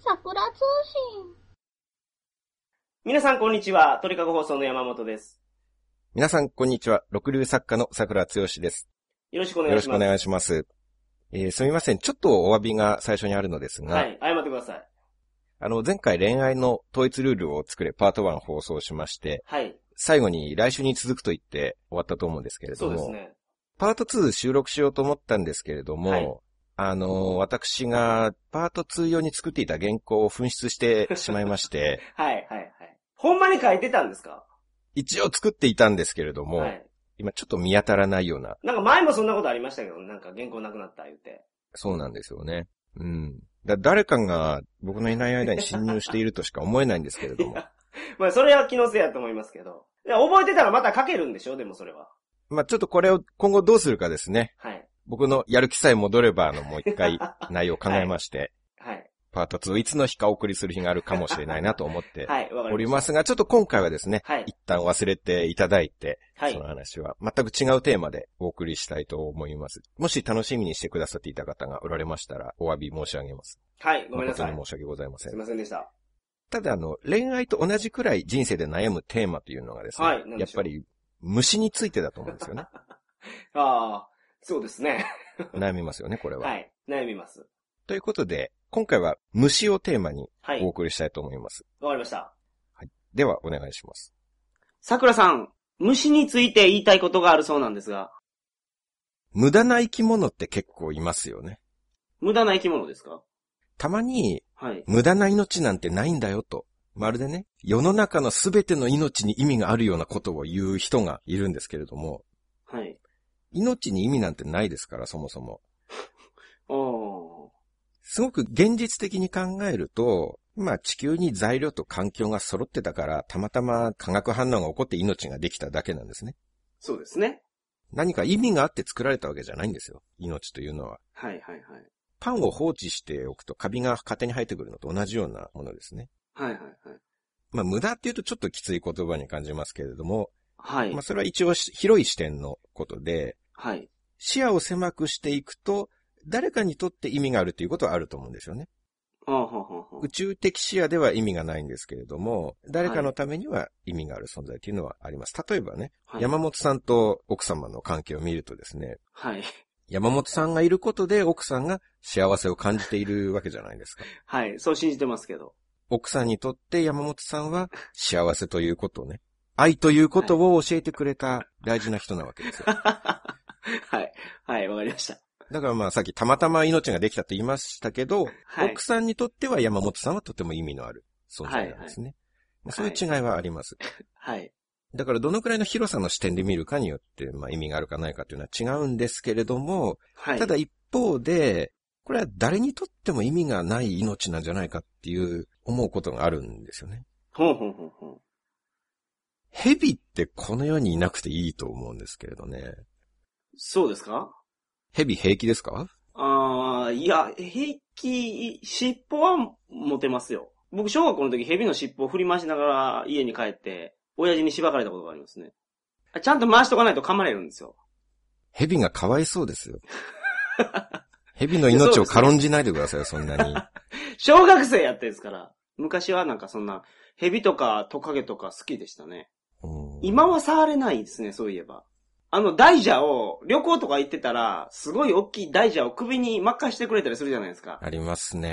通信。皆さんこんにちは。鳥かご放送の山本です。皆さん、こんにちは。六流作家の桜剛です。よろしくおよ願ろいししくおます。願いします。えーすみません。ちょっとお詫びが最初にあるのですが、はい。謝ってください。あの、前回恋愛の統一ルールを作れパート1放送しまして、はい。最後に来週に続くと言って終わったと思うんですけれそうども、ですね。パート2収録しようと思ったんですけれども、はいあの、私がパート2用に作っていた原稿を紛失してしまいまして、 はい、はい、はい。ほんまに書いてたんですか一応作っていたんですけれども、はい。今ちょっと見当たらないような、なんか前もそんなことありましたけど、なんか原稿なくなった言って。そうなんですよね。うん。だ誰かが僕のいない間に侵入しているとしか思えないんですけれどいも。や まあそれは気のせいやと思いますけど。いや、覚えてたらまた書けるんでしょでもそれは。まあちょっとこれを今後どうするかですね。はい。僕のやる気さえ戻れば、あの、もう 一回内容を考えまして、はい。パート2いつの日かお送りする日があるかもしれないなと思ってはい、わかおりりましますが、ちょっと今回はですね、た。はい。一旦忘れていただいて、はそのい。話は全く違うテーマでお送りしたいと思います。もし楽しみにしてくださっていた方がおられましたら、お詫び申し上げます。はい、ごめんなさい誠。に申し訳ございませんすい。ませんでした。ただあの、恋愛と同じくらい人生で悩むテーマというのがですね、はい何やでっしょぱうり虫についてだと思うんです よね。ああ、そうですね。悩みますよね、これは。はい。悩みます。ということで、今回は虫をテーマにはい。おわ送りしたいと思います。かりました。では、お願いします。桜さん、虫について言いたいことがあるそうなんですが、無駄な生き物って結構いますよね。無駄な生き物ですかたまに、はい。無駄な命なんてないんだよと。まるでね、世の中の全ての命に意味があるようなことを言う人がいるんですけれども、はい。命に意味なんてないですから、そもそも。あーすごく現実的に考えると、まあ地球に材料と環境が揃ってたから、たまたま化学反応が起こって命ができただけなんですね。そうですね。何か意味があって作られたわけじゃないんですよ。命というのは。はいはいはい。パンを放置しておくとカビが勝手に生えてくるのと同じようなものですね。はいはいはい。まあ無駄っていうとちょっときつい言葉に感じますけれども、はいまあ。それは一応し広い視点のことで、はい。視野を狭くしていくと、誰かにとって意味があるということはあると思うんですよね。あーはーはーはー宇宙的視野では意味がないんですけれども、誰かのためには意味がある存在というのはあります。例えばね、はい。山本さんと奥様の関係を見るとですね、はい。山本さんがいることで奥さんが幸せを感じているわけじゃないです か。はい。そう信じてますけど。 奥さんにとって山本さんは幸せということをね、愛ということを教えてくれた大事な人なわけですよ。はい。はい、わかりました。だからまあさっきたまたま命ができたと言いましたけど、はい奥。さんにとっては山本さんはとても意味のある存在なんですね。まあそういう違いはあります。はい。だからどのくらいの広さの視点で見るかによって、まあ意味があるかないかというのは違うんですけれども、はい。ただ、一方で、これは誰にとっても意味がない命なんじゃないかっていう思うことがあるんですよね。ほんほんほんほん。蛇ってこの世にいなくていいと思うんですけれどね。そうですか蛇平気ですかああ、いや、平気、尻尾は持てますよ。僕、小学校の時、蛇の尻尾を振り回しながら家に帰って、親父に縛られたことがありますね。あちゃんと回しとかないと噛まれるんですよ。蛇がかわいそ うですよ。蛇の命を軽んじないでくださいよ、そん なに。小学生やってですから。昔はなんかそんな、蛇とかトカゲとか好きでしたね。うん今は触れないですね、そういえば。あの、大蛇を、旅行とか行ってたら、すごい大きい大蛇を首に巻かしてくれたりするじゃないですか。ありますはいね。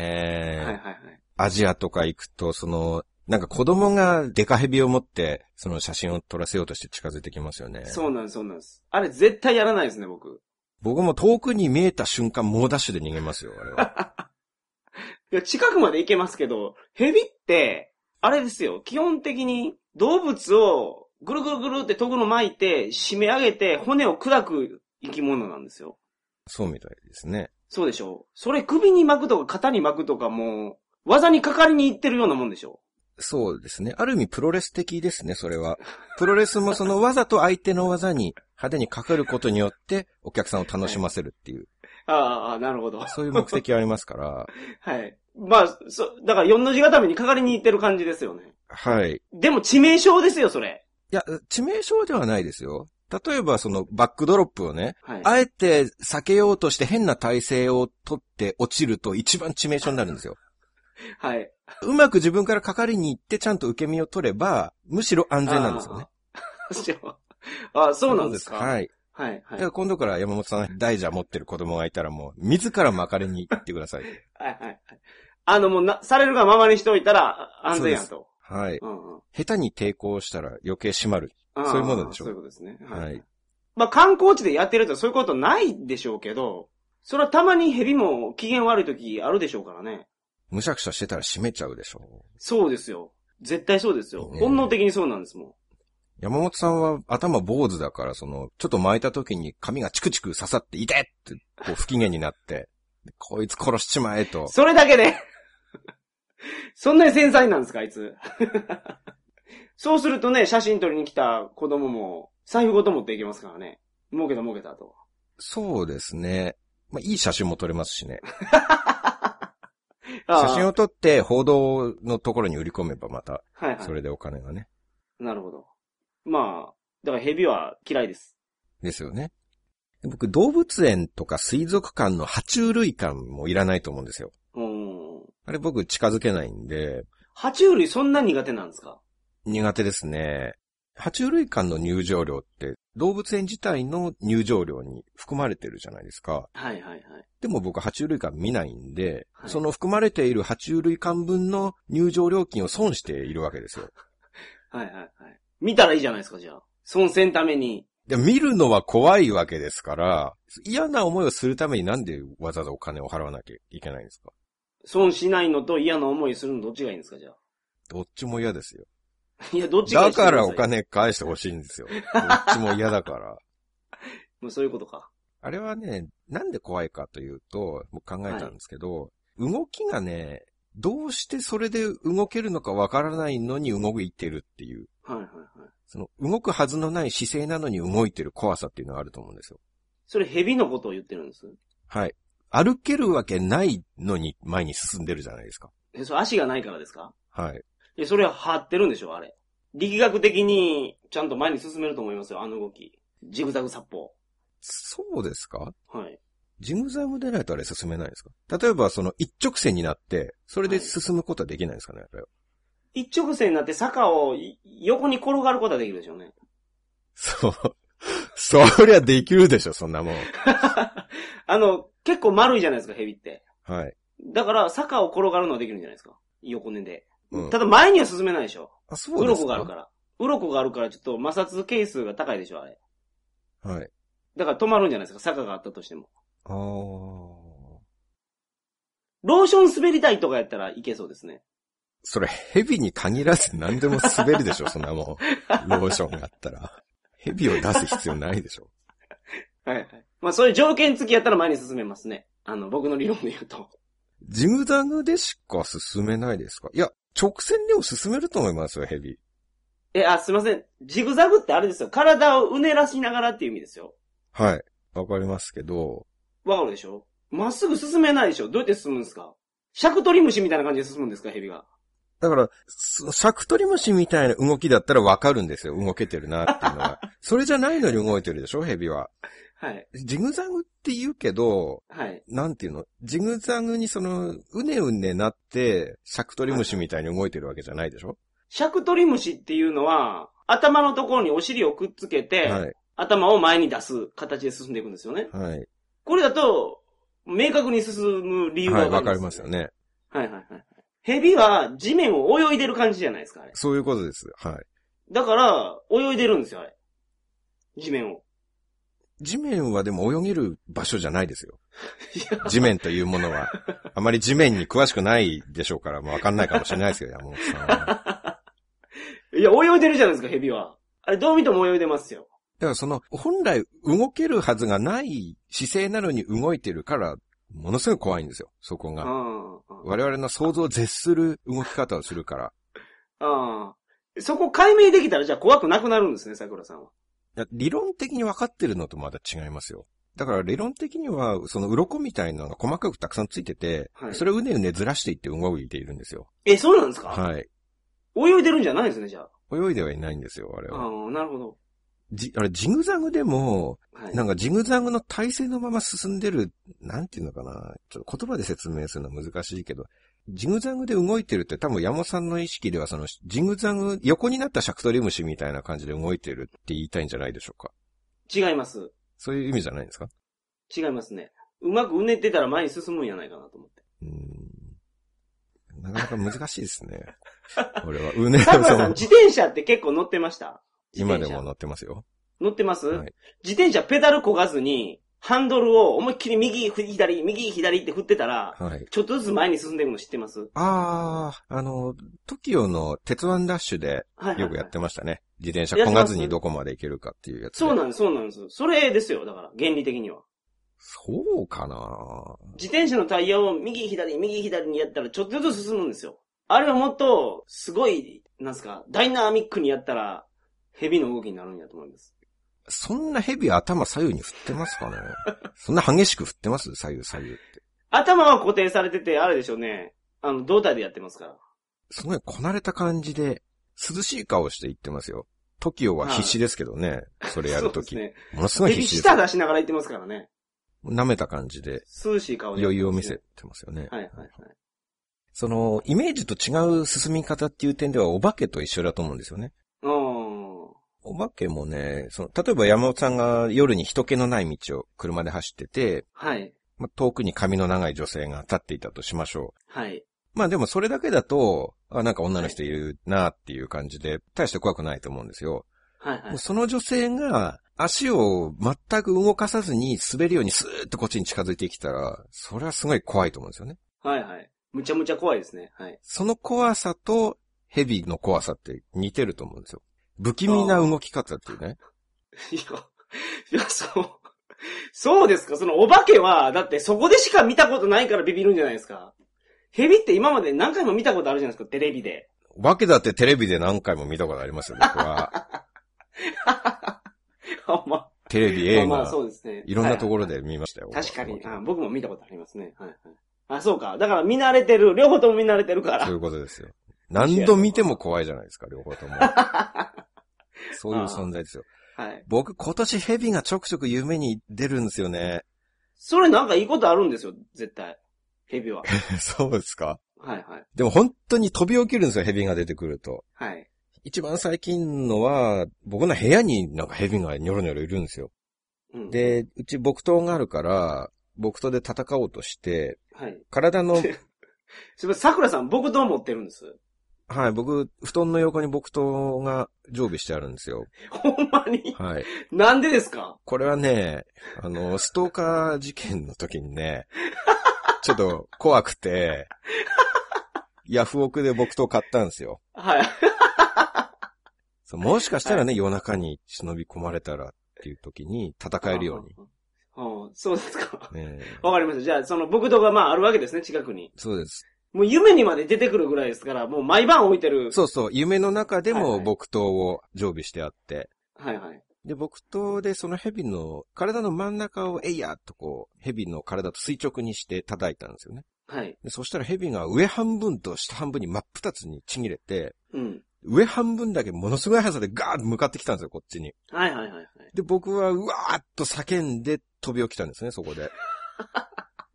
はいはい。アジアとか行くと、その、なんか子供がデカヘビを持って、その写真を撮らせようとして近づいてきますよね。そうなんです、そうなんです。あれ絶対やらないですね、僕。僕も遠くに見えた瞬間、猛ダッシュで逃げますよ、あ れは。いや、近くまで行けますけど、蛇って、あれですよ、基本的に動物をぐるぐるぐるってトグの巻いて、締め上げて、骨を砕く生き物なんですよ。そうみたいですね。そうでしょそれ首に巻くとか肩に巻くとかもう、技にかかりに行ってるようなもんでしょそうですね。ある意味プロレス的ですね、それは。プロレスもそのわざと相手の技に派手にかかることによって、お客さんを楽しませるっていう、ああ、なるほど。そういう目的はあります から、はい。まあ、そ、だから四の字固めにかかりに行ってる感じですよね。はい。でも致命傷ですよ、それ。いや、致命傷ではないですよ。例えばそのバックドロップをね、はい。あえて避けようとして変な体勢を取って落ちると一番致命傷になるんですよ。はい。うまく自分からかかりに行ってちゃんと受け身を取れば、むしろ安全なんですよね。 あ、そうなんですかはい。ははい。い。はだいか。ら今度から山本さん、大蛇持ってる子供がいたらもう、自ら巻かれに行ってください。はい。はい。あの、もうな、されるがままにしておいたらあ安全やと。はい。うんうん下手に抵抗したら余計閉まる。あーそういうものでしょそういうことですね。はい。まあ観光地でやってるとそういうことないでしょうけど、それはたまにヘビも機嫌悪い時あるでしょうからね。むしゃくしゃしてたら閉めちゃうでしょ。そうですよ。絶対そうですよ。ね本能的にそうなんですもん。山本さんは頭坊主だから、その、ちょっと巻いた時に髪がチクチク刺さって、痛てって、こう不機嫌になって、でこいつ殺しちまえと。それだけで そんなに繊細なんですか、あいつ。 そうするとね、写真撮りに来た子供も財布ごと持っていけますからね。儲けた儲けたと。そうですね。まあ、いい写真も撮れますしね。あー写真を撮って、報道のところに売り込めばまた、はいはそれでお金がね。い。なるほど。まあ、だからヘビは嫌いです。ですよね。で僕、動物園とか水族館の爬虫類館もいらないと思うんですよ。うーん。あれ僕近づけないんで、爬虫類そんな苦手なんですか苦手ですね。爬虫類館の入場料って動物園自体の入場料に含まれてるじゃないですか。はいはいはい。でも僕爬虫類館見ないんで、はいその含まれている爬虫類館分の入場料金を損しているわけですよ。はいはいはい。見たらいいじゃないですか、じゃあ。損せんために。で見るのは怖いわけですから、嫌な思いをするためになんでわざわざお金を払わなきゃいけないんですか損しないのと嫌な思いするのどっちがいいんですか、じゃあ。 どっちも嫌ですよ。いや、どっちがいいだからしてくだおさい。金返してほしいんですよ。どっちも嫌だから。もうそういうことか。あれはね、なんで怖いかというと、僕考えたんですけど、動きがね、どうしてそれで動けるのかわからないのに動いてるっていう、はいはいはい。その動くはずのない姿勢なのに動いてる怖さっていうのがあると思うんですよ。それ蛇のことを言ってるんです。はい。歩けるわけないのに前に進んでるじゃないですか。え、それ足がないからですかはい。いや、それは張ってるんでしょ、あれ。力学的に、ちゃんと前に進めると思いますよ、あの動き。ジグザグ殺法。そうですかはい。ジムザムでないとあれ進めないんですか例えばその一直線になって、それで進むことはできないんですかね、あれは一直線になって坂をい横に転がることはできるでしょうね。そう。 そりゃできるでしょ、そんなもん。あの、結構丸いじゃないですか、蛇って。はい。だから、坂を転がるのはできるんじゃないですか。横根で。うんただ、前には進めないでしょ。あ、そううでろすこがあるから。うろこがあるから、ちょっと摩擦係数が高いでしょ、あれ。ら。はい。だから止まるんじゃないですか、坂があったとしても。あー。ローション滑り台とかやったらいけそうですね。それ、ヘビに限らず何でも滑るでしょ、そんなも ん。ローションがあったら。ヘビを出す必要ないでしょ。はいはい。まあ、そういう条件付きやったら前に進めますね。あの、僕の理論で言うと。ジグザグでしか進めないですかいや、直線でも進めると思いますよ、ヘビ。え、あ、すいません。ジグザグってあれですよ。体をうねらしながらっていう意味ですよ。はい。わかりますけど、わかるでしょまっすぐ進めないでしょどうやって進むんですか尺取り虫みたいな感じで進むんですか、蛇が。だから、そシャクトリムシみたいな動きだったらわかるんですよ、動けてるなっていうのは。それじゃないのに動いてるでしょ、ヘビは。はい。ジグザグって言うけど、はい。なんていうのジグザグにその、うねうねなって、シャクトリムシみたいに動いてるわけじゃないでしょ尺取り虫っていうのは、頭のところにお尻をくっつけて、はい。頭を前に出す形で進んでいくんですよね。はい。これだと、明確に進む理由はがい、わわかかりりま、ますすよ。ね。はいはいはい。蛇は地面を泳いでる感じじゃないですか、あれ。そういうことです。はい。だから、泳いでるんですよ、あれ。地面を。地面はでも泳げる場所じゃないですよ。いや地面というものは。あまり地面に詳しくないでしょうから、もうわかんないかもしれないですけど、山本さんは。だかいや、泳いでるじゃないですか、蛇は。あれ、どう見ても泳いでますよ。らその、本来動けるはずがない姿勢なのに動いてるから、ものすごい怖いんですよ、そこあが。あ。我々の想像を絶する動き方をするから。ああ。そこ解明できたら、じゃあ怖くなくなるんですね、桜さんは。いや理論的に分かってるのとまた違いますよ。だから理論的には、その鱗みたいなのが細かくたくさんついてて、はいそれをうねうねずらしていって動いているんですよ。え、そうなんですか、はい。泳いでるんじゃないんですね、じゃあ。泳いではいないんですよ、あれあは。あ、なるほど。じ、あれ、ジグザグでも、はい。なんかジグザグの体勢のまま進んでる、なんていうのかな。ちょっと言葉で説明するのは難しいけど、ジグザグで動いてるって多分山本さんの意識ではそのジグザグ横になったシャクトリムシみたいな感じで動いてるって言いたいんじゃないでしょうか。違います。そういう意味じゃないんですか違いますね。うまくうねってたら前に進むんやないかなと思って。うーん。なかなか難しいですね。これは。うね、佐久間さん、 そ自転車って結構乗ってましたう今でも乗ってますよ。乗ってます、はい自転車ペダルこがずに、ハンドルを思いっきり右、左、右、左って振ってたら、はい。ちょっとずつ前に進んでいくの知ってますあー、あの、TOKIO の鉄腕ダッシュではいはい、はい。よくやってましたね。自転車こがずにどこまで行けるかっていうやつで。そうなんです、そうなんです。それですよ、だから、原理的には。そうかな自転車のタイヤを右左、右左にやったらちょっとずつ進むんですよ。あれをもっと、すごい、なんすか、ダイナミックにやったら、ヘビの動きになるんやと思います。そんなヘビ頭左右に振ってま すかねそんな激しく振ってます左右左右って。頭は固定されてて、あれでしょうね。あの、胴体でやってますから。すごいこなれた感じで、涼しい顔して言ってますよ。TOKIO は必死ですけどね。それやるとそき。うでものすすごね。いヘビ必死です舌。出しながら言ってますからね。舐めた感じで涼しい顔で、余裕を見せ。てますよね。はいはいはい。その、イメージと違う進み方っていう点ではお化けと一緒だと思うんですよね。おお化けもね、その、例えば山本さんが夜に人気のない道を車で走ってて、ー。はい。まあ、遠くに髪の長い女性が立っていたとしましょはい。う。まあでもそれだけだと、あ、なんか女の人いるなっていう感じで、大して怖くないと思うんですよ。はいはも。いうその女性が足を全く動かさずに滑るようにスーッとこっちに近づいてきたら、それはすごい怖いと思うんですよね。はいはい。むちゃむちゃ怖いですね。はい。その怖さとヘビの怖さって似てると思うんですよ。不気味な動き方っていうね。いや、いや、そう。そうですかそのお化けは、だってそこでしか見たことないからビビるんじゃないですか。ヘビって今まで何回も見たことあるじゃないですか、テレビで。お化けだってテレビで何回も見たことありますよ、僕は。あまあ、テレビ、まあ映まあ、画そ、うですね。いろんなところはいで見ましたよ。はい確かにお化あ。僕も見たことありますね。はいはい。あ、そうか。だから見慣れてる。両方とも見慣れてるかけら そうい。うことですよ。何度見ても怖いじゃないですか、両方とも。そういう存在ですよ。はい。僕、今年ヘビがちょくちょく夢に出るんですよ ね。それなんかいいことあるんですよ、絶対。ヘ ビは。そうですかはいはい。でも本当に飛び起きるんですよ、ヘビが出てくると。はい。一番最近のは、僕の部屋になんかヘビがニョロニョロいるんですよ。うん、、で、うち木刀があるから、木刀で戦おうとして、はい。体 の、すみません、桜さん、僕どう思ってるんです はい、僕、布団の横に木刀が常備してあるんですよ。ほんまに。はい。なんでですかこれはね、あの、ストーカー事件の時にね、ちょっと怖くて、ヤフオクで木刀買ったんですよ。はい。そうもしかしたらね、夜中に忍び込まれたらっていう時に戦えるように。うん。うんそうですか。 ねえわかりました。じゃあ、その、僕とかまああるわけですね、近くに。そうです。もう夢にまで出てくるぐらいですから、もう毎晩置いてる。そうそう、夢の中ではいもはい木刀を常備してあって、はいはい。で、木刀でその蛇の体の真ん中をえいやっとこう、蛇の体と垂直にして叩いたんですよね。はい。でそしたら蛇が上半分と下半分に真っ二つにちぎれて、うん。上半分だけものすごい速さでガーッと向かってきたんですよ、こっちに。はいはいはいはい。で、僕はうわーっと叫んで飛び起きたんですね、そ こで。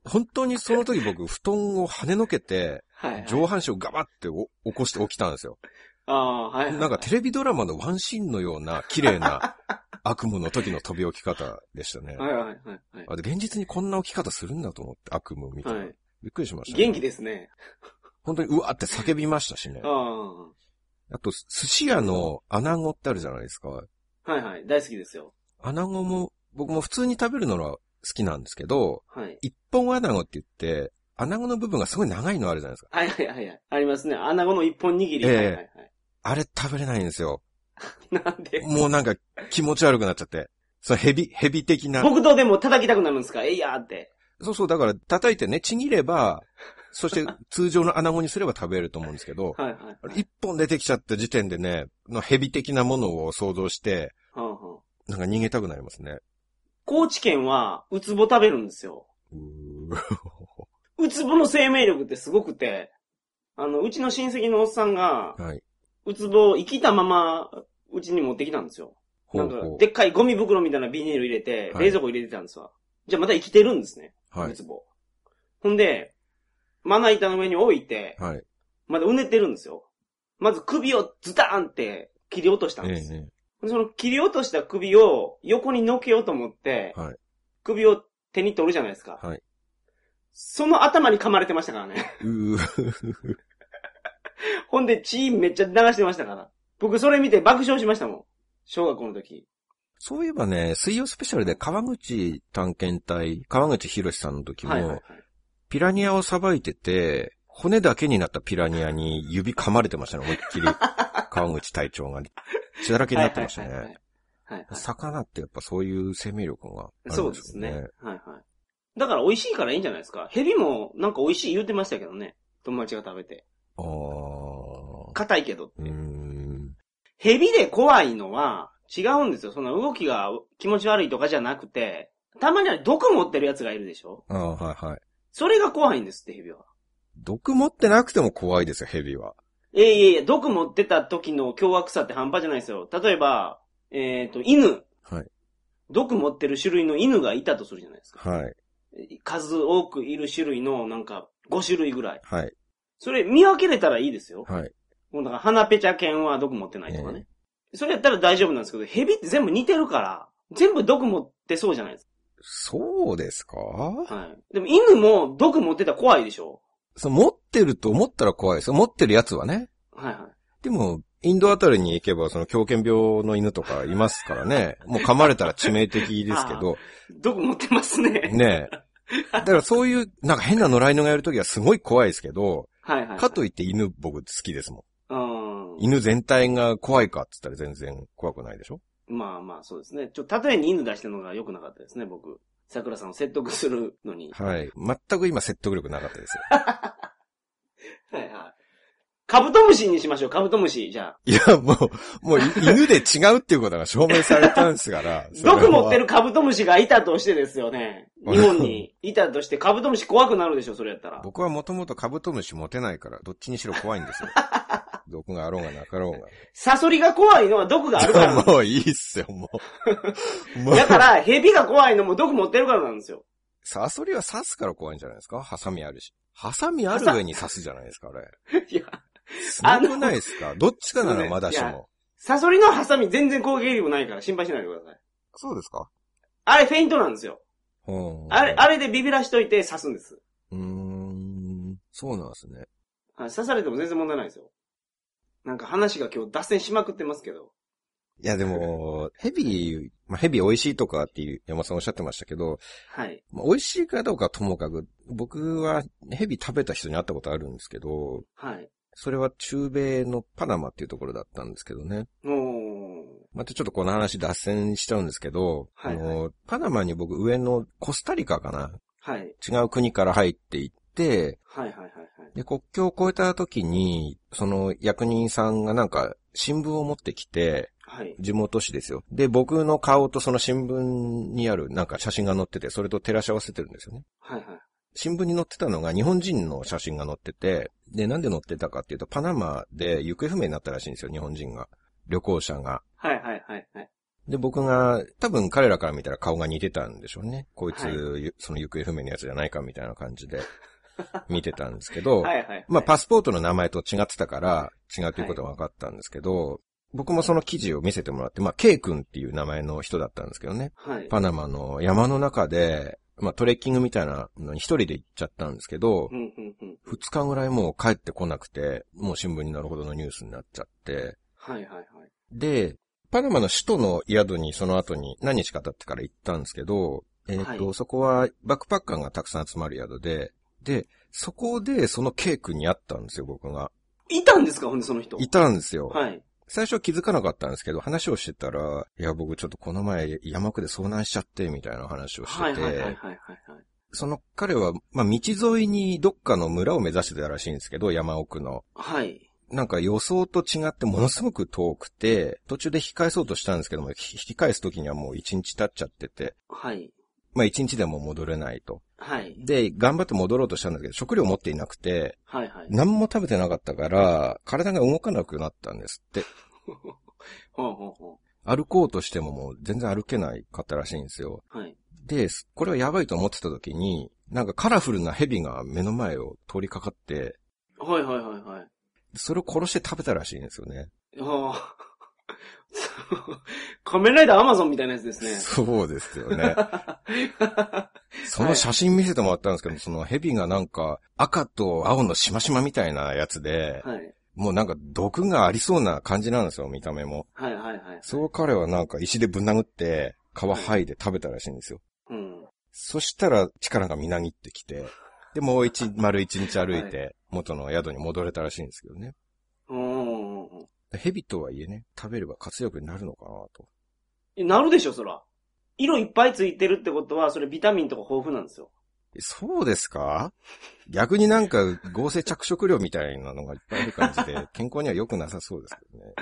本当にその時僕、布団を跳ねのけて、はい、はい。上半身をガバってお起こして起きたんですよ。ああ、はい、はい。なんかテレビドラマのワンシーンのような綺 麗な悪夢の時の飛び起き方でしたね。はいはいはいはい。あで現実にこんな起き方するんだと思って、悪夢みたいな。はいびっくりしました、元気ですね。本当にうわーって叫びましたしねあ。あ。あと、す寿司屋の穴子ってあるじゃないですか。はいはい。大好きですよ。穴子も、僕も普通に食べるのは好きなんですけど、はい。一本穴子って言って、穴子の部分がすごい長いのあるじゃないですか。はいはいはいはい。ありますね。穴子の一本握り。ええはいはいはい。あれ食べれないんですよ。なんでもうなんか気持ち悪くなっちゃって。そのヘビ、ヘビ的な。僕とでも叩きたくなるんですかえいやーって。そうそう、だから叩いてね、ちぎれば、そして通常の穴子にすれば食べれると思うんですけど、はいはい。あれ一本出てきちゃった時点でね、のヘビ的なものを想像して、はんはんなんか逃げたくなりますね。高知県は、ウツボ食べるんですよ。うーウツボの生命力ってすごくて、あの、うちの親戚のおっさんが、はい。ウツボを生きたまま、うちに持ってきたんですよ。ほなうんかほ、でっかいゴミ袋みたいなビニール入れて、はい冷蔵庫入れてたんですわ。じゃあまた生きてるんですね、う。はウい。ツボ。ほんで、まな板の上に置いて、はい。まだうねってるんですよ。まず首をズターンって切り落としたんええです。えその切り落とした首を横にのけようと思って、はい首を手に取るじゃないですか。はいその頭に噛まれてましたからね。えうーほんで血めっちゃ流してましたから。僕それ見て爆笑しましたもん。小学校の時。そういえばね、水曜スペシャルで川口探検隊、川口博さんの時も、はいはいはい。ピラニアをさばいてて、骨だけになったピラニアに指噛まれてましたね、思いっ きり。川口隊長が。血だらけになってましたはいはいはいね。はいはいはい魚ってやっぱそういう生命力があるそんうでですすよね。ね。はいはい。だから美味しいからいいんじゃないですか。ヘビもなんか美味しい言うてましたけどね。友達が食べて。あー硬いけど。うーん。ヘビで怖いのは違うんですよ。その動きが気持ち悪いとかじゃなくて、たまには毒持ってるやつがいるでしょあーはいはい。それが怖いんですって、ヘビは。毒持ってなくても怖いですよ、ヘビは。ええいえいえ、毒持ってた時の凶悪さって半端じゃないですよ。例えば、えっ、と、犬。はい。毒持ってる種類の犬がいたとするじゃないですか。はい。数多くいる種類のなんか5種類ぐらい。はい。それ見分けれたらいいですよ。はい。もうだから鼻ペチャ犬は毒持ってないとかね。それやったら大丈夫なんですけど、ヘビって全部似てるから、全部毒持ってそうじゃないですそうですかか。はい。でも犬も毒持ってたら怖いでしょそう持ってると思ったら怖いですよ。持ってるやつはね。はいはい。でも、インドあたりに行けば、その狂犬病の犬とかいますから ね。もう噛まれたら致命的ですけど、毒持ってますね。ねえ。だからそういう、なんか変な野良犬がやるときはすごい怖いですけど、はいはい。かといいって犬僕好きですもうんん。。犬全体が怖いかって言ったら全然怖くないでしょまあまあそうですね。ちょ、例えに犬出してるのが良くなかったですね、僕。桜さんを説得するのに。はい。全く今説得力なかっ たですよ。はいはい。カブトムシにしましょう、カブトムシ。じゃあ。いや、もう、もう犬で違うっていうことが証明されたんです から。それは毒持ってるカブトムシがいたとしてですよ ね。日本にいたとしてカブトムシ怖くなるでしょ、それやったら。僕はもともとカブトムシ持てないから、どっちにしろ怖いんで すよ。毒があろうがなかろうが。サソリが怖いのは毒がある からなんでもういいっすよ、も う。もす。うだから、ヘビが怖いのも毒持ってるからなんですよ。サソリは刺すから怖いんじゃないですかハサミあるし。ハサミある上に刺すじゃ ないですか、あれ。いや、すあのごくないですかどっちかならまだしいやも。サソリのハサミ全然攻撃力ないから心配しないでください。そうですかあれフェイントなんですよ。うん。あれ、あれでビビらしといて刺すんです。うーん。そうなんですね。はい刺されても全然問題ないですよ。なんか話が今日脱線しまくってますけど。いや、でも、ヘビ、まあ、ヘビ美味しいとかっていう山本さんおっしゃってましたけど、はい。まあ、美味しいかどうかはともかく、僕はヘビ食べた人に会ったことあるんですけど、はい。それは中米のパナマっていうところだったんですけどね。おー。またちょっとこの話脱線しちゃうんですけど、はいはいあの、パナマに僕上のコスタリカかなはい。違う国から入っていって、はいはいはいはい。で、国境を越えた時に、その役人さんがなんか新聞を持ってきて、はい。地元紙ですよ。で、僕の顔とその新聞にあるなんか写真が載ってて、それと照らし合わせてるんですよね。はいはい。新聞に載ってたのが日本人の写真が載ってて、で、なんで載ってたかっていうと、パナマで行方不明になったらしいんですよ、日本人が。旅行者が。はいはいはいはい。で、僕が、多分彼らから見たら顔が似てたんでしょうね。こいつ、はその行方不明のやつじゃないかみたいな感 じで、見てたんですけど、はいはいはい。まあ、パスポートの名前と違ってたから、違うということが分かったんですけど、僕もその記事を見せてもらって、まあ、K 君っていう名前の人だったんですけどね。はい。パナマの山の中で、まあ、トレッキングみたいなのに一人で行っちゃったんですけどう、んうんうん。二日ぐらいもう帰ってこなくて、もう新聞になるほどのニュースになっちゃって、はいはいはい。で、パナマの首都の宿にその後に何日か経ってから行ったんですけど、えっ、と、はいそこはバックパッカーがたくさん集まる宿で、で、そこでその K 君に会ったんですよ、僕が。いたんですかほんでその人。いたんですよ。はい。最初は気づかなかったんですけど、話をしてたら、いや、僕ちょっとこの前山奥で遭難しちゃって、みたいな話をしてて、はいはいはいはいはいはい。その彼は、まあ、道沿いにどっかの村を目指してたらしいんですけど、山奥の。はい。なんか予想と違ってものすごく遠くて、途中で引き返そうとしたんですけども、ひ引き返す時にはもう一日経っちゃってて、はい。まあ一日でも戻れないと。はい。で、頑張って戻ろうとしたんですけど、食料持っていなくて、はいはい。何も食べてなかったから、体が動かなくなったんですって。 ほうほうほ歩こうとしてももう全然歩けないかったらしいんですよ。う。はい。で、これはやばいと思ってた時に、なんかカラフルな蛇が目の前を通りかかって、はいはいはいはい。それを殺して食べたらしいんですよね。 ああ。仮面ライダーアマゾンみたいなやつ ですね。そうですよね。その写真見せてもらったんですけど、その蛇がなんか赤と青のしましまみたいなやつで、はい。もうなんか毒がありそうな感じなんですよ、見た目も。はいはいはい。そう彼はなんか石でぶん殴って、皮剥いで食べたらしいんですよ。うん。そしたら力がみなぎってきて、で、も う一、丸一日歩いて、元の宿に戻れたらしいんですけどね。うんうんうんうん蛇とはいえね、食べれば活力になるのかなと。えなるでしょ、そら。色いっぱいついてるってことは、それビタミンとか豊富なんですよ。えそうですか逆になんか合成着色料みたいなのがいっぱいある感じで、健康には良くなさそうですけどね。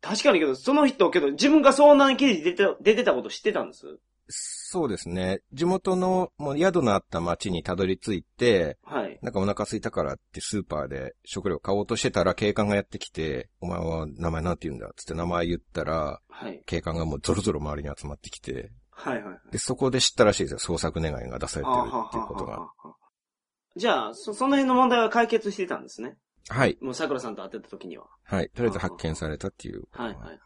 確かにけど、その人、けど、自分が遭難記事出てた、出てたこと知ってたんですそうですね。地元のもう宿のあった町にたどり着いて、はい。なんかお腹空いたからってスーパーで食料買おうとしてたら警官がやってきて、お前は名前なんて言うんだっつって名前言ったら、はい。警官がもうゾロゾロ周りに集まってきて、はいはい。で、そこで知ったらしいですよ。捜索願いが出されてるあっていうことが。はあはあはあじゃあ、そ、その辺の問題は解決してたんですね。はい。もう桜さんと会ってた時には。はい。とりあえず発見されたっていう。はいはいはい。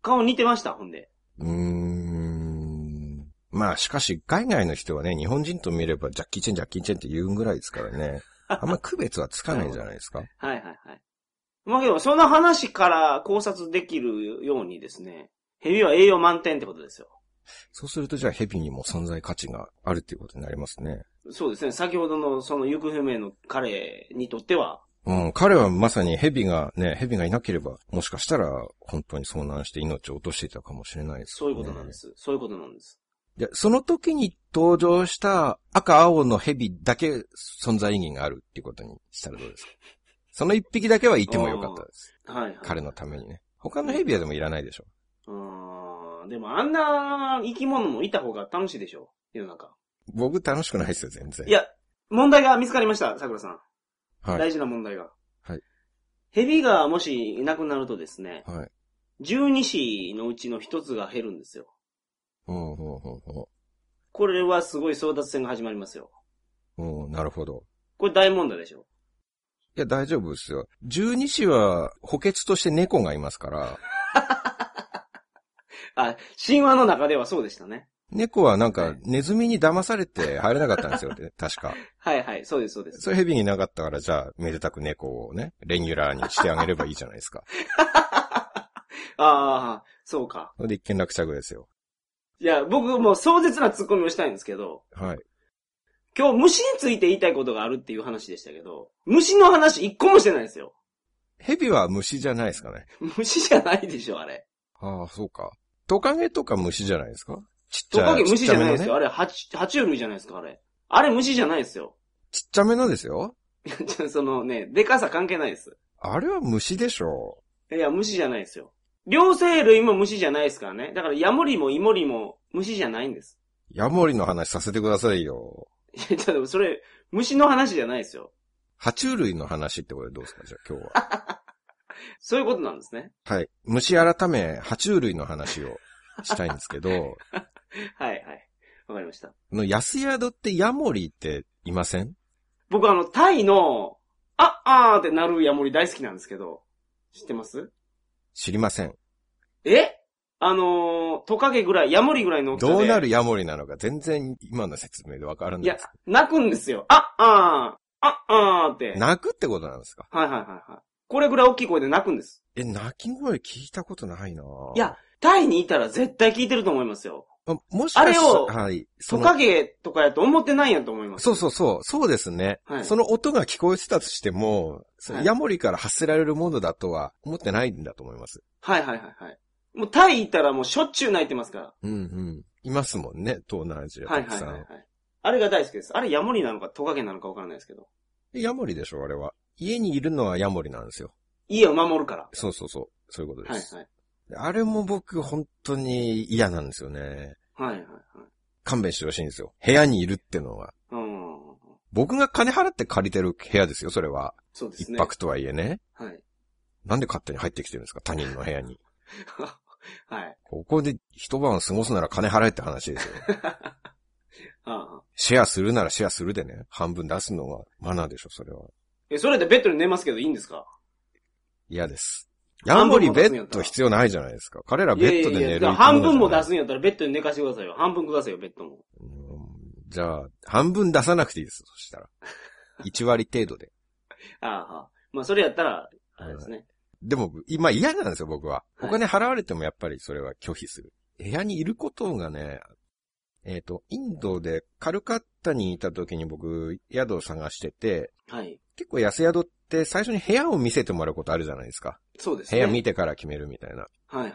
顔似てました、ほんで。うーん。まあ、しかし、海外の人はね、日本人と見れば、ジャッキーチェン、ジャッキーチェンって言うぐらいですからね。あんま区別はつかないんじゃないですか。 はいはいはい。まあけど、その話から考察できるようにですね、蛇は栄養満点ってことですよ。そうすると、じゃあ、ヘビにも存在価値があるっていうことになりますね。そうですね、先ほどのその行方不明の彼にとっては、うん、彼はまさにヘビがね、ヘビがいなければ、もしかしたら、本当に遭難して命を落としていたかもしれないです、そういうことなんで。す。そういうことなんです。いや、その時に登場した赤青の蛇だけ存在意義があるっていうことにしたらど うですかその一匹だけはいてもよかったです。はい、はい。彼のためにね。他のヘビはでもいらないでしょ。うーん。でもあんな生き物もいた方が楽しいでしょ世の中。僕楽しくないですよ、全然。いや、問題が見つかりました、桜さん。はい。大事な問題が。はい。蛇がもしいなくなるとですね、はい。十二子のうちの一つが減るんですよ。うん、うん、うんこれはすごい争奪戦が始まりますよ。うん、うん。なるほど。これ大問題でしょ。いや、大丈夫ですよ。十二子は補欠として猫がいますから、あ、神話の中ではそうでしたね。猫はなんはかいネズミに騙されて入れなかったんですよ、で確か。はいはい、そうですそうです。それヘビになかったから、じゃあ、めでたく猫をね、レギュラーにしてあげればいいじゃないですか。ああ、そうか。それで一見落着ですよ。いや、僕もう壮絶なツッコミをしたいんですけど、はい。今日虫について言いたいことがあるっていう話でしたけど、虫の話一個もしてないんですよ。 ヘビは虫じゃないですかね。虫じゃないでしょ、あれ。ああ、そうか。トカゲとか虫じゃないですかちっちトゃカゲ虫じゃないちっですちめよ。のねあれ、爬虫爬虫類じゃないですか、あれ。あれ虫じゃないですよ。 ちっちゃめのですよ。じゃあそのね、でかさ関係ないです。あれは虫でしょいや、虫じゃないですよ。両生類も虫じゃないですからね。だから、ヤモリもイモリも虫じゃないんです。 う。ヤモリの話させてくださいよ。いや、ちょっとそれ、虫の話じゃないですよ。爬虫類の話ってことでどうですかじゃあ今日は。そういうことなんですね。はい。虫改め、爬虫類の話をしたいんです けど、はい、はい。わかりました。あの安宿ってヤモリっていません僕、あの、タイの、あ、あーってなるヤモリ大好きなんですけど、知ってます知りません。えあのー、トカゲぐらい、ヤモリぐらいの大きさで。どうなるヤモリなのか全然今の説明でわからないいやです。、泣くんですよ。あ、あー、あ、あーって。はい泣くってことなんですかはいはいはい。これぐらい大きい声で泣くんです。え、泣き声聞いたことないなぁいや、タイにいたら絶対聞いてると思いますよ。あもしかしたあれをら、はい。そトのカゲとかやと思ってないんやと思います。そうそうそう、そうですね。はいその音が聞こえてたとしても、そのはいヤモリから発せられるものだとは思ってないんだと思います。はいはいはいはい。もうタイ行ったらもうしょっちゅう泣いてますから。うんうん。いますもんね、東南アジアはいたくはいさん。はい、はい。あれが大好きです。あれヤモリなのかトカゲなのかわからないですけど。でヤモリでしょ、あれは。家にいるのはヤモリなんですよ。家を守るから。そうそうそう。そういうことはいです。はい。であれも僕、本当に嫌なんですよね。はいはいはい。勘弁してほしいんですよ。部屋にいるってのは。うん。僕が金払って借りてる部屋ですよ、それは。そうです一ね。泊とはいえね。はい。なんで勝手に入ってきてるんですか、他人の部屋に。はい。 ここで一晩過ごすなら金払えって話ですよ。ああシェアするならシェアするでね、半分出すのはマナーでしょ、それは。え、それでベッドに寝ますけどいいんですか嫌です。ヤ半モ分リもベ出すんやったらッド必要ないじゃないですか。彼らベッドでいやいや寝いやる。半分も出すうんやったらベッドに寝かしてくださいよ。半分くださいよ、ベッドも。ん。じゃあ、半分出さなくていいです、そしたら。1割程度で。ああああ、まあそれやったら、あれですね。でも、今嫌なんですよ、僕は。はおい金払われてもやっぱりそれは拒否する。部屋にいることがね、えっ、と、インドでカルカッタにいた時に僕、宿を探してて、はい。結構安宿って最初に部屋を見せてもらうことあるじゃないですか。そうです部ね。屋見てから決めるみたいな。はいはい。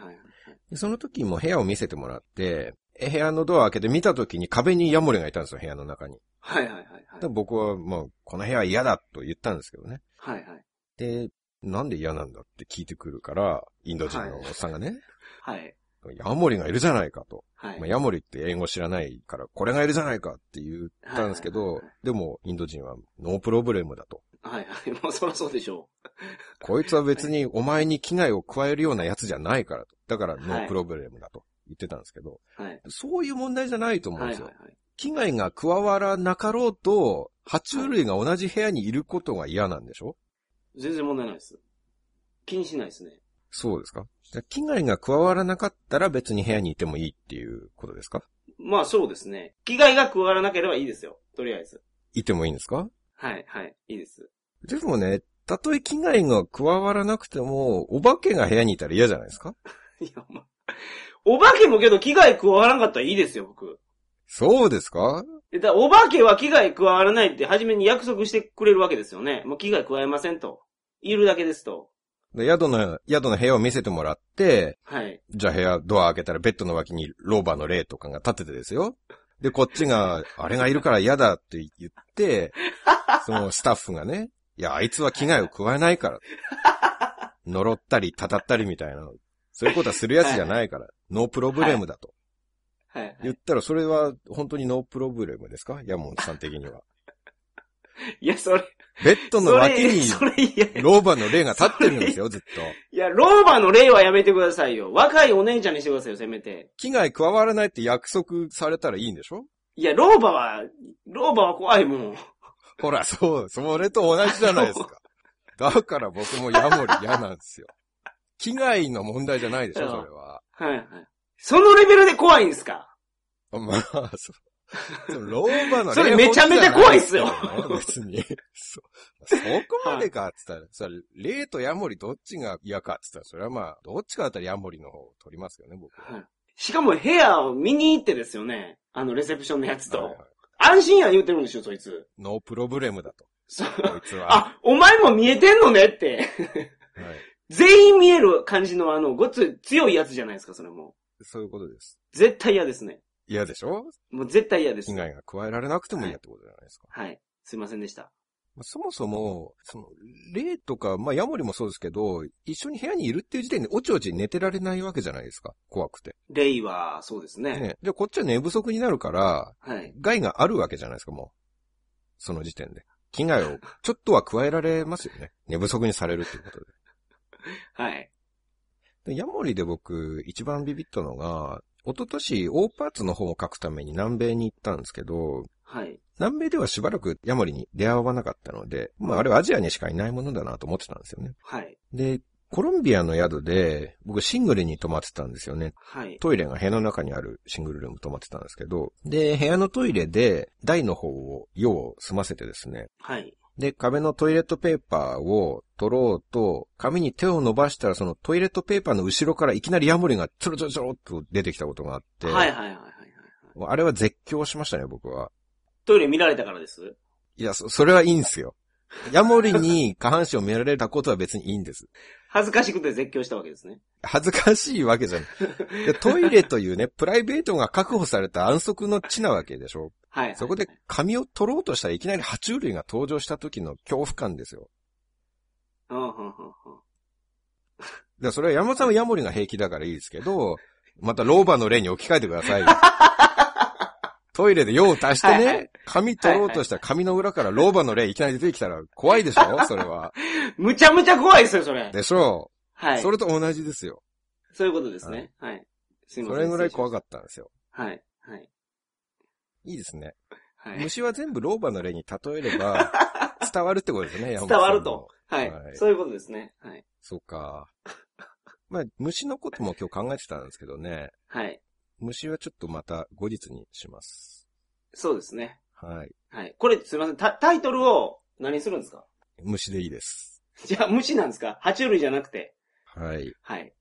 でその時も部屋を見せてもらって、え部屋のドアを開けて見た時に壁にヤモリがいたんですよ、部屋の中に。はいはいはいだかはらい。僕はもう、この部屋は嫌だと言ったんですけどね。はいはい。で、なんで嫌なんだって聞いてくるから、インド人のおっさんがね、はい。ヤモリがいるじゃないかと。はい。まあ、ヤモリって英語知らないから、これがいるじゃないかって言ったんですけはいはどいはい、でも、インド人はノープロブレムだと。はいはい。もうそらそうでしょこいつは別にお前に危害を加えるようなやつじゃないからと。だから、ノはいープロブレムだと言ってたんですけど、う。はい。そういう問題じゃないと思うんはいではいすはいよ。。危害が加わらなかろうと、爬虫類が同じ部屋にいることが嫌なんでしょ全然問題ないです。気にしないですね。そうですかじゃあ危害が加わらなかったら別に部屋にいてもいいっていうことですかまあそうですね。危害が加わらなければいいですよ。とりあえず。いてもいいんですかはいはい。いいです。でもね、たとえ危害が加わらなくても、お化けが部屋にいたら嫌じゃないですかいや、まあ。お化けもけど危害加わらなかったらいいですよ、僕。そうですかえだからお化けは危害加わらないって初めに約束してくれるわけですよね。もう危害加えませんと。いるだけですと。で宿の、宿の部屋を見せてもらって、はい。じゃあ部屋、ドア開けたらベッドの脇にローバーの霊とかが立っててですよ。で、こっちが、あれがいるから嫌だって言って、そのスタッフがね、いや、あいつは危害を加えないから。呪ったり、たたったりみたいな。そういうことはするやつじゃないから、ノープロブレムだと。はい、はい。言ったら、それは本当にノープロブレムですかヤモンさん的には。いや、それ、ベッドのそ脇れ、に、それ、いや、ローバの霊が立ってるんですよ、ずっと。いや、老婆の例はやめてくださいよ。若いお姉ちゃんにしてくださいよ、せめて。危害加わらないって約束されたらいいんでしょいや、老婆は、老婆は怖いもん。ほら、そう、それと同じじゃないです か。だから僕もヤモリ嫌なんですよ。危害の問題じゃないでしょ、それは。はいはい。そのレベルで怖いんですかまあ、そう。その老婆の霊それめちゃめちゃ怖いっすよ 別に。そ、そこまでかって言ったら、それ、霊とヤモリどっちが嫌かって言ったら、それはまあ、どっちかだったらヤモリの方を取りますよね、僕は。はい。しかも部屋を見に行ってですよね。あの、レセプションのやつと。はいはい安心や言うてるんでしょ、そいつ。ノープロブレムだと。そうこいつは。あ、お前も見えてんのねって。はい。全員見える感じのあの、ごっつ強いやつじゃないですか、それも。そういうことです。絶対嫌ですね。嫌でしょもう絶対嫌です被。害が加えられなくても嫌ってことじゃないですか。はい。すいませんでした。まあそもそも、その、霊とか、まあ、ヤモリもそうですけど、一緒に部屋にいるっていう時点で、おちおち寝てられないわけじゃないですか。怖くて。レイは、そうですね。ね。じゃあ、こっちは寝不足になるから、はい。害があるわけじゃないですか、もう。その時点で。危害を、ちょっとは加えられますよね。寝不足にされるっていうことで。はい。でヤモリで僕、一番ビビったのが、一昨年、オーパーツの本を書くために南米に行ったんですけど、はい。南米ではしばらくヤモリに出会わなかったので、まああれはアジアにしかいないものだなと思ってたんですよね。はい。で、コロンビアの宿で、僕シングルに泊まってたんですよね。はい。トイレが部屋の中にあるシングルルーム泊まってたんですけど、で、部屋のトイレで台の方を用を済ませてですね、はい。で、壁のトイレットペーパーを取ろうと、紙に手を伸ばしたらそのトイレットペーパーの後ろからいきなりヤモリがちょろちょろちょろっと出てきたことがあって、はいはいはいはいはい。あれは絶叫しましたね、僕は。トイレ見られたからです。いや、そ、それはいいんですよ。ヤモリに下半身を見られたことは別にいいんです。恥ずかしくて絶叫したわけですね。恥ずかしいわけじ ゃない。でトイレというね、プライベートが確保された安息の地なわけでしょ。はいはい。そこで髪を取ろうとしたらいきなり爬虫類が登場した時の恐怖感ですよ。うん。うんうんうんだからそれは山本さんはヤモリが平気だからいいですけど、またローバーの例に置き換えてください よ。トイレで用を足してはいはね、髪取ろうとしたら髪の裏からローバーの例いきなり出てきたら怖いでしょそれは。むちゃむちゃ怖いですよ、それ。でしょはう。い。そそれと同じですよ。ういうことですね。はい。すいまそせん。れぐら失い礼し怖かったんですよ。ましたはい。はい。いいですね。はい。虫は全部老婆の例に例え れば、伝わるってことですね、伝山本さんのわると。。はい、はいそういうことですね。はい。そうか。まあ、虫のことも今日考えてたんですけどね。はい。虫はちょっとまた後日にします。そうですね。はい。はい。これ、すいません。タタイトルを何にするんですか 虫でいいです。じゃあ、虫なんですか爬虫類じゃなくて。はい。はい。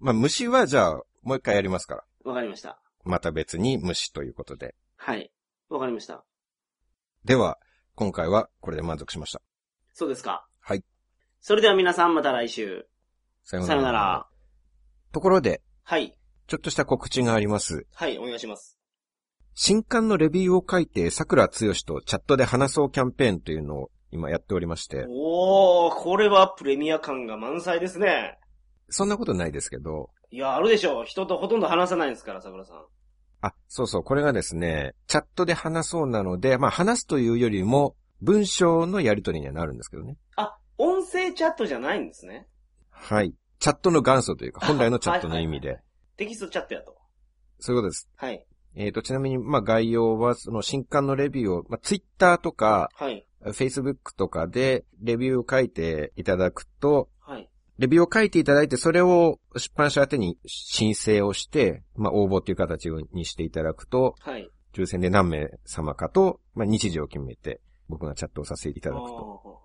まあ、虫はじゃあ、もう一回やりますから。わかりました。また別に虫ということで。はい。わかりました。では、今回はこれで満足しました。そうですか。はい。それでは皆さんまた来週。さようさなら。よなら。ところで、はい。ちょっとした告知があります。はい、お願いします。新刊のレビューを書いて、桜つよしとチャットで話そうキャンペーンというのを今やっておりまして、おー、これはプレミア感が満載ですね。そんなことないですけど、いや、あるでしょう。人とほとんど話さないですから、桜さん。あ、そうそう、これがですね、チャットで話そうなので、まあ話すというよりも、文章のやりとりにはなるんですけどね。あ、音声チャットじゃないんですね。はい。チャットの元祖というか、本来のチャットの意味はいで。テキストチャットやと。そういうことです。はい。えっ、と、ちなみに、まあ概要は、その新刊のレビューを、まあツイッターとか、はい。 Facebook とかでレビューを書いていただくと、はい。レビューを書いていただいて、それを出版社宛てに申請をして、まあ応募という形にしていただくと、はい。い抽選で何名様かと、まあ日時を決めて、僕がチャットをさせていただくと。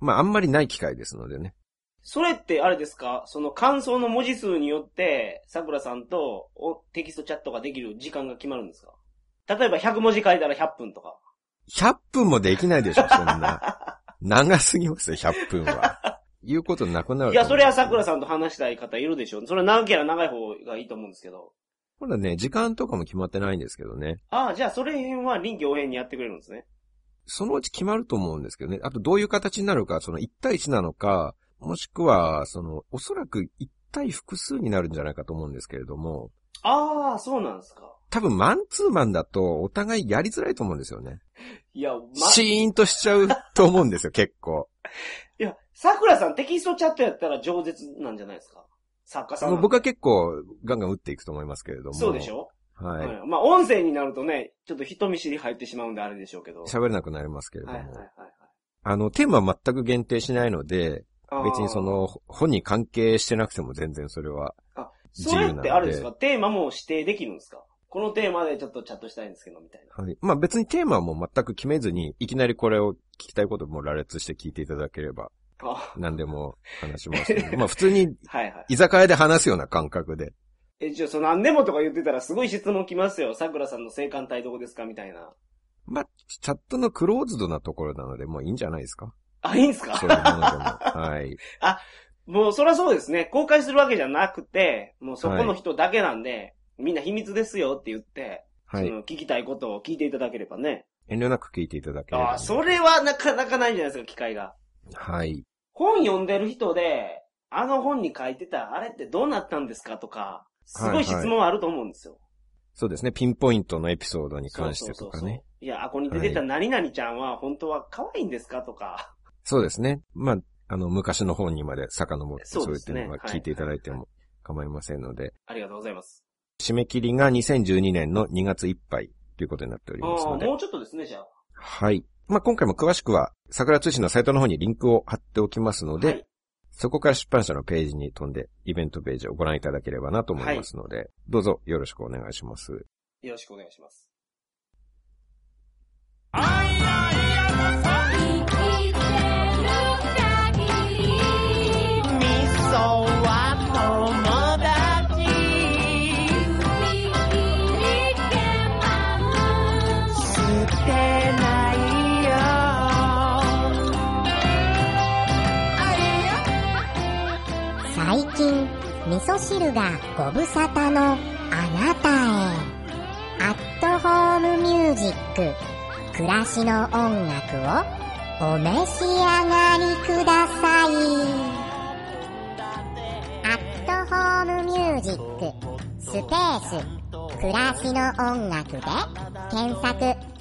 まあ、あんまりない機会ですのでね。それってあれですかその感想の文字数によって、桜さんとおテキストチャットができる時間が決まるんですか例えば100文字書いたら100分とか。 100分もできないでしょ、そんな。 長すぎますよ、100分は。言うことなくなる。いや、それは桜さん。さんと話したい方いるでしょそれは長ければ長い方がいいと思うんですけど。ほらね、時間とかも決まってないんですけどね。ああ、じゃあそれ辺は臨機応変にやってくれるんですね。そのうち決まると思うんですけどね。あと、どういう形になるか、その1対1なのか、もしくは、その、おそらく1対複数になるんじゃないかと思うんですけれども、ああ、そうなんですか。多分マンツーマンだと、お互いやりづらいと思うんですよね。いや、ま、シーンとしちゃうと思うんですよ、結 構。いや、桜さんテキストチャットやったら上舌なんじゃないですか作家さんなんて。僕は結構、ガンガン打っていくと思いますけれども。そうでしょ、はい。うんまあ、音声になるとね、ちょっと人見知り入ってしまうんであれでしょうけど。喋れなくなりますけれどはいも。はいはいはい。あの、テーマは全く限定しないので、あー別にそ、の、ほ本に関係してなくても全然それは。それ自由なっんてであれですかテーマも指定できるんですかこのテーマでちょっとチャットしたいんですけど、みたいな。はい。まあ別にテーマも全く決めずに、いきなりこれを聞きたいことも羅列して聞いていただければ、あ何でも話します ので。まあ普通に、はいはい。居酒屋で話すような感覚で。え、じゃあ、その何でもとか言ってたらすごい質問来ますよ。桜さんの性感帯どこですかみたいな。まあ、チャットのクローズドなところなので、もういいんじゃないですかあ、いいんですかそういうもので も。はい。もうそらそうですね。公開するわけじゃなくて、もうそこの人だけなんで、みんな秘密ですよって言って、はそい。の聞きたいことを聞いていただければね。遠慮なく聞いていただければ。ああ、それはなかなかないんじゃないですか、機会が。はい。本読んでる人で、あの本に書いてた、あれってどうなったんですかとか、すごい質問あると思うんですよ。そうですね。ピンポイントのエピソードに関してそうそとうかそうそねう。。いや、あこに出てた何々ちゃんは本当は可愛いんですかとか。そうですね。まあ、あの、昔の方にまで遡って、そそでうういっすたねのは聞いていただいても構いませんので、ありがとうございます。締め切りが2012年の2月いっぱいということになっておりああますのー、で、もうちょっとですね、じゃあ。はい。まあ、今回も詳しくは、桜通信のサイトの方にリンクを貼っておきますので、はい。そこから出版社のページに飛んで、イベントページをご覧いただければなと思いますので、どうぞよろしくお願いします。よろしくお願いします。 「みそは友だち」「捨てないよ」最近味噌汁がご無沙汰のあなたへアットホームミュージック暮らしの音楽をお召し上がりくださいアットホームミュージックスペース暮らしの音楽で検索